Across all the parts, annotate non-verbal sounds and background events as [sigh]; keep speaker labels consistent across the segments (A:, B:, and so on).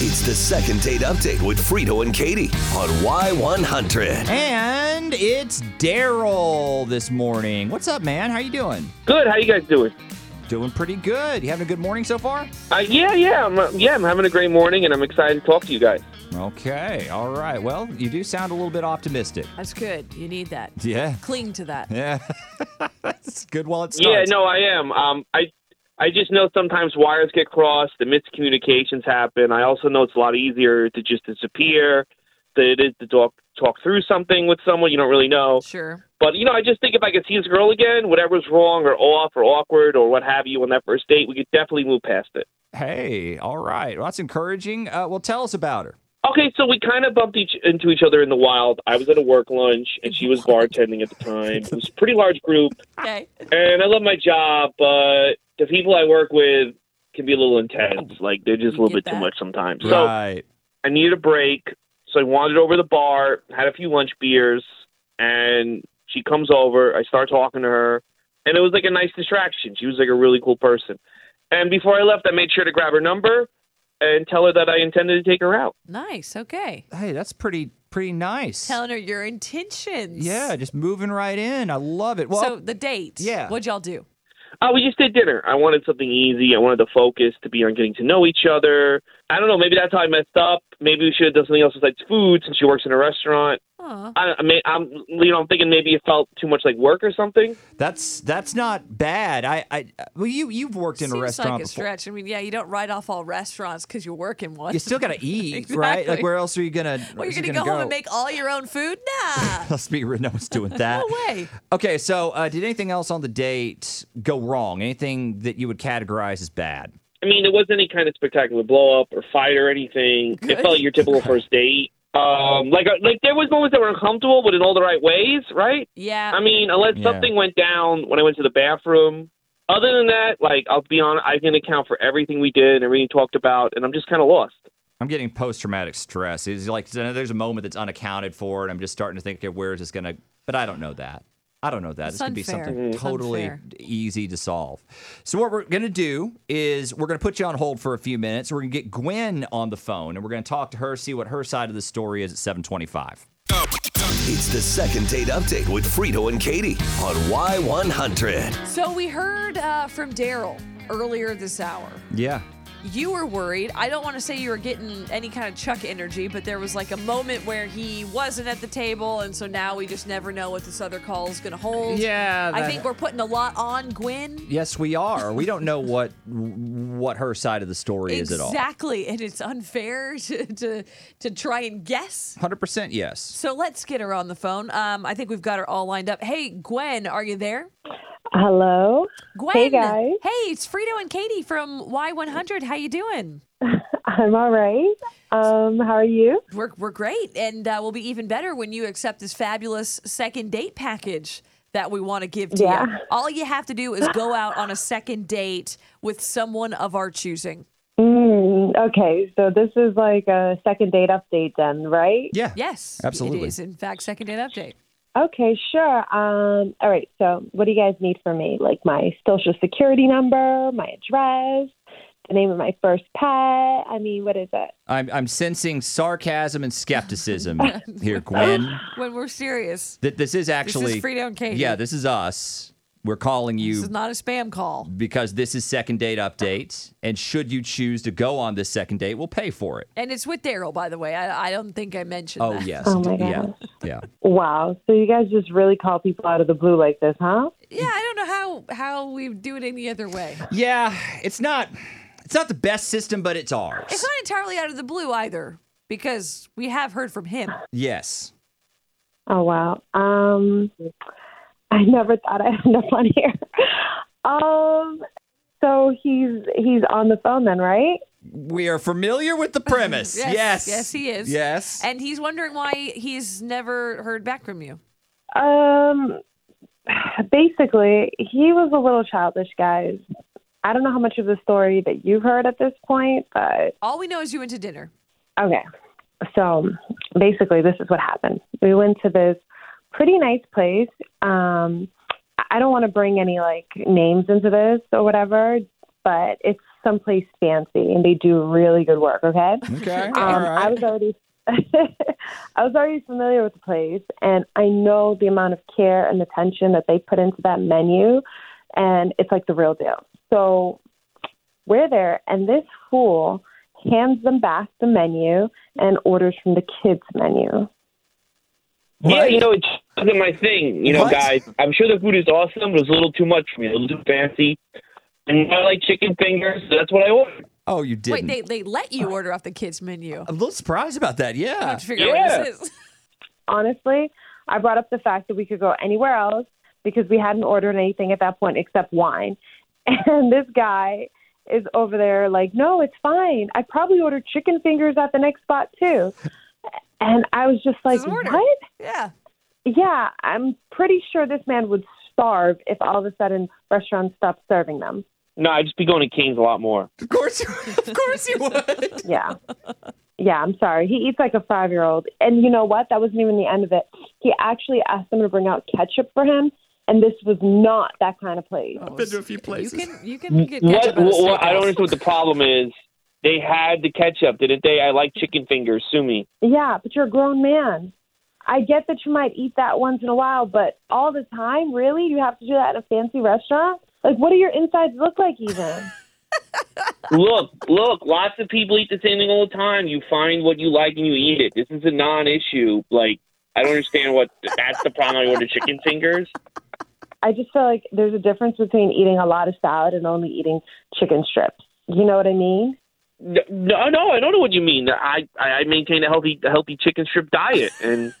A: It's the second date update with Frito and Katie on Y100.
B: And it's Daryl this morning. What's up, man? How you doing?
C: Good. How you guys doing?
B: Doing pretty good. You having a good morning so far?
C: Uh, yeah, yeah, I'm, uh, yeah. I'm having a great morning, and I'm excited to talk to you guys.
B: Okay. All right. Well, you do sound a little bit optimistic.
D: That's good. You need that.
B: Yeah.
D: Cling to that.
B: Yeah. [laughs] That's good while it
C: Yeah,
B: starts.
C: no, I am. Um, I, I just know sometimes wires get crossed, the miscommunications happen. I also know it's a lot easier to just disappear than it is to talk talk through something with someone you don't really know.
D: Sure.
C: But you know, I just think if I could see this girl again, whatever's wrong or off or awkward or what have you on that first date, we could definitely move past it.
B: Hey, all right. Well, that's encouraging. Uh, well, tell us about her.
C: Okay, so we kind of bumped each into each other in the wild. I was at a work lunch, and she was bartending at the time. It was a pretty large group,
D: Okay.
C: and I love my job, but the people I work with can be a little intense. Like they're just a
D: You
C: little
D: get
C: bit too
D: that.
C: much sometimes. So
B: right.
C: I needed a break, so I wandered over to the bar, had a few lunch beers, and she comes over. I start talking to her, and it was like a nice distraction. She was like a really cool person. And before I left, I made sure to grab her number and tell her that I intended to take her out.
D: Nice. Okay.
B: Hey, that's pretty pretty nice.
D: Telling her your intentions.
B: yeah, just moving right in. I love it. Well,
D: so the date.
B: Yeah.
D: What'd y'all do?
C: Oh, we just did dinner. I wanted something easy. I wanted to focus to be on getting to know each other. I don't know. Maybe that's how I messed up. Maybe we should have done something else besides food since she works in a restaurant.
D: Aw.
C: I, I mean, I'm you know I'm thinking maybe it felt too much like work or something.
B: that's that's not bad. I, I well, you you've worked in
D: Seems
B: a restaurant
D: like a
B: before.
D: stretch. I mean, yeah, you don't write off all restaurants because you're working one. [laughs]
B: You still gotta eat, right? Like
D: Exactly.
B: where else are you gonna?
D: well,
B: where's
D: you're
B: you
D: gonna go,
B: gonna
D: home and make all your own food?
B: [laughs]
D: Nah.
B: Let's be real. No one's doing that.
D: [laughs] no way.
B: Okay, so uh, did anything else on the date go wrong? Anything that you would categorize as bad?
C: I mean, there wasn't any kind of spectacular blow up or fight or anything.
D: Good.
C: It felt like your typical first date. Um, like like there was moments that were uncomfortable, but in all the right ways, right?
D: Yeah.
C: I mean, unless
B: Yeah.
C: something went down when I went to the bathroom. Other than that, like I'll be honest, I can account for everything we did and everything we talked about, and I'm just kind of lost.
B: I'm getting post traumatic stress. It's like there's a moment that's unaccounted for, and I'm just starting to think, okay, where is this gonna? But I don't know that. I don't know that.
D: It's
B: this could be
D: unfair.
B: something
D: It's
B: totally
D: unfair.
B: easy to solve. So what we're gonna do is we're gonna put you on hold for a few minutes. We're gonna get Gwen on the phone, and we're gonna talk to her, see what her side of the story is at 7:25.
A: It's the second date update with Frito and Katie on Y100.
D: so we heard uh, from Daryl earlier this hour.
B: Yeah.
D: You were worried. I don't want to say you were getting any kind of Chuck energy, but there was like a moment where he wasn't at the table, and so now we just never know what this other call is going to hold.
B: Yeah,
D: I
B: that-
D: think we're putting a lot on Gwen.
B: Yes, we are. We don't know what what her side of the story is at all.
D: Exactly, and it's unfair [laughs] to, to to try and guess.
B: 100% yes.
D: So let's get her on the phone. Um, I think we've got her all lined up. Hey, Gwen, are you there?
E: Hello.
D: Gwen.
E: Hey, guys.
D: Hey, it's Frito and Katie from Y100. How you doing?
E: I'm all right. Um, how are you?
D: We're, we're great, and uh, we'll be even better when you accept this fabulous second date package that we want to give to you.
E: Yeah.
D: All you have to do is go out on a second date with someone of our choosing.
E: Mm, okay, so this is like a second date update then, right?
B: Yeah.
D: Yes,
B: Absolutely.
D: It is, in fact, second date update.
E: Okay, sure. Um, all right, so what do you guys need from me? Like my social security number, my address, the name of my first pet. I mean, what is it?
B: I'm I'm sensing sarcasm and
D: [laughs]
B: skepticism here, Gwen.
D: When we're serious,
B: That this is actually
D: Frito and Katie.
B: Yeah, this is us. We're calling
D: this
B: you
D: is not a spam call.
B: because this is second date update, and should you choose to go on this second date, we'll pay for it.
D: And it's with Daryl, by the way. I, I don't think I mentioned
B: Oh
D: [laughs] that.
B: yes,
E: Oh my
B: yeah,
E: gosh.
B: yeah.
E: Wow, so you guys just really call people out of the blue like this, huh?
D: Yeah, I don't know how how we do it any other way.
B: Yeah, it's not it's not the best system, but it's ours.
D: It's not entirely out of the blue either, because we have heard from him.
B: yes.
E: Oh wow. Um, I never thought I'd end up on here. Um, so he's he's on the phone then, right?
B: We are familiar with the premise.
D: [laughs] Yes,
B: yes,
D: yes, he is.
B: Yes.
D: And he's wondering why he's never heard back from you.
E: Um, basically, he was a little childish, guys. I don't know how much of the story that you've heard at this point, but
D: All we know is you went to dinner.
E: okay. So basically, this is what happened. We went to this pretty nice place. Um, I- I don't want to bring any like names into this or whatever, but it's someplace fancy, and they do really good work. Okay.
B: Okay.
E: Um,
B: All
E: I
B: right.
E: was already. [laughs] I was already familiar with the place, and I know the amount of care and attention that they put into that menu, and it's like the real deal. So we're there, and this fool hands them back the menu and orders from the kids' menu.
C: Yeah, you know, it's not my thing. You know,
B: What?
C: guys, I'm sure the food is awesome, but it's a little too much for me, a little too fancy. And I like chicken fingers, so that's what I ordered.
B: oh, you didn't.
D: Wait, they, they let you order off the kids' menu.
B: I'm a little surprised about that.
D: I
B: Yeah.
D: have to figure out what this is. [laughs]
E: Honestly, I brought up the fact that we could go anywhere else because we hadn't ordered anything at that point except wine. [laughs] And this guy is over there like, no, it's fine. I probably ordered chicken fingers at the next spot too. [laughs] And I was just like,
D: Just order.
E: what?
D: Yeah.
E: Yeah, I'm pretty sure this man would starve if all of a sudden restaurants stopped serving them.
C: No, I'd just be going to Canes a lot more.
B: Of course, you- of course you would.
E: Yeah. Yeah, I'm sorry. He eats like a five year old. And you know what? That wasn't even the end of it. He actually asked them to bring out ketchup for him, and this was not that kind of place.
D: Oh.
B: been to a few places.
D: You can, you can get
C: What,
D: ketchup at a
C: what, what- I
D: [laughs]
C: don't
D: steakhouse.
C: understand what the problem is. They had the ketchup, didn't they? I like chicken fingers. Sue me.
E: Yeah, but you're a grown man. I get that you might eat that once in a while, but all the time, really? You have to do that at a fancy restaurant? Like, what do your insides look like, even?
C: Look, look, lots of people eat the same thing all the time. You find what you like and you eat it. This is a non issue. Like, I don't understand what that's the problem. I order chicken fingers.
E: I just feel like there's a difference between eating a lot of salad and only eating chicken strips. You know what I mean?
C: No, no, I don't know what you mean. I, I maintain a healthy a healthy chicken strip diet, and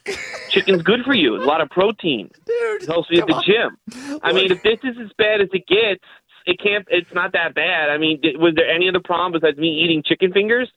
C: chicken's good for you. A lot of protein.
B: Dude.
C: It helps you at
B: come
C: the
B: on.
C: gym. I mean, if this is as bad as it gets, it can't. It's not that bad. I mean, did, was there any other problem besides me eating chicken fingers?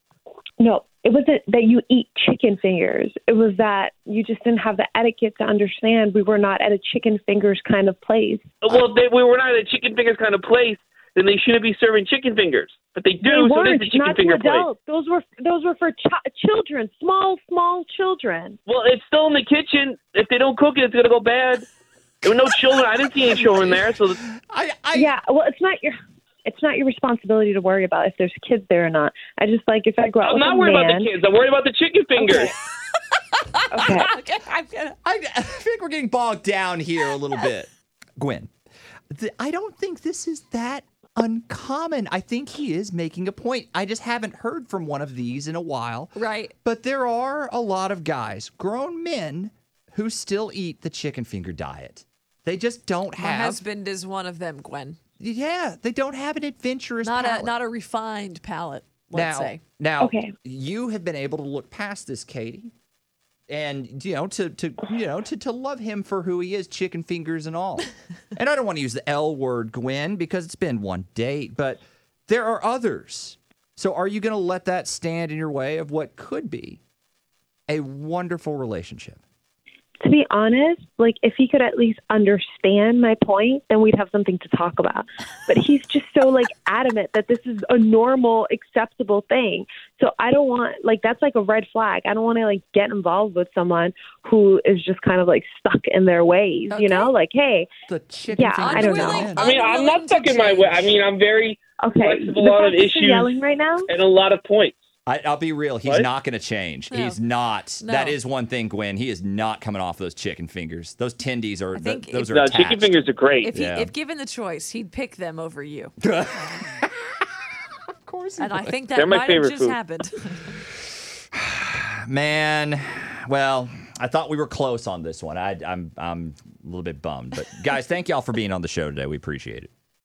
E: No, it wasn't that you eat chicken fingers. It was that you just didn't have the etiquette to understand we were not at a chicken fingers kind of place.
C: Well, they, we were not a chicken fingers kind of place. Then they shouldn't be serving chicken fingers. But they do,
E: they
C: so
E: weren't
C: it is a chicken
E: not to
C: finger place.
E: adults. Those were those were for ch- children, small small children.
C: Well, it's still in the kitchen. If they don't cook it, it's gonna go bad. There were no children. I didn't see any children there. So
B: I, I,
E: Yeah, well, it's not your it's not your responsibility to worry about if there's kids there or not. I just like if I grow up [laughs]
C: I'm
E: with
C: not
E: a
C: worried
E: man,
C: about the kids. I'm worried about the chicken fingers.
E: Okay.
D: Okay, I'm gonna.
B: I, I think we're getting bogged down here a little bit. Gwen, th- I don't think this is that uncommon. I think he is making a point. I just haven't heard from one of these in a while.
D: Right.
B: But there are a lot of guys, grown men, who still eat the chicken finger diet. They just don't
D: My
B: have.
D: husband is one of them, Gwen.
B: Yeah, they don't have an adventurous.
D: Not
B: palate.
D: a not a refined palate, let's
B: now,
D: say.
B: Now,
E: Okay.
B: you have been able to look past this, Katie, and you know to to you know to to love him for who he is, chicken fingers and
D: [laughs]
B: all. and I don't want to use the L word, Gwen, because it's been one date, but there are others. So, are you going to let that stand in your way of what could be a wonderful relationship?
E: to be honest, like if he could at least understand my point, then we'd have something to talk about. But he's just so like [laughs] adamant that this is a normal, acceptable thing. So I don't want like that's like a red flag. I don't want to like get involved with someone who is just kind of like stuck in their ways, you know?
D: Okay.
E: Like, hey,
B: The chicken
E: Yeah,
B: finger
E: I don't know.
B: diet.
C: I mean, I'm not stuck in my way. I mean, I'm very
E: okay,
C: Lots of- a
E: the
C: lot
E: fact
C: of
E: that you're
C: issues.
E: yelling right now.
C: at a lot of points.
B: I, I'll be real. He's
C: What?
B: not going to change.
D: No.
B: He's not.
D: No.
B: That is one thing, Gwen. He is not coming off those chicken fingers. Those tendies are.
D: I think
B: th- those
D: if-
B: are
C: No, chicken
B: attached.
C: fingers are great.
D: If he,
B: Yeah.
D: if given the choice, he'd pick them
B: [laughs]
D: over you.
B: Of course.
D: And I think
C: They're
D: that
C: my
D: might have
C: favorite
D: just
C: food.
D: happened. [laughs]
B: Man, well, I thought we were close on this one. I, I'm I'm a little bit bummed, but guys, thank y'all for being on the show today. We appreciate it.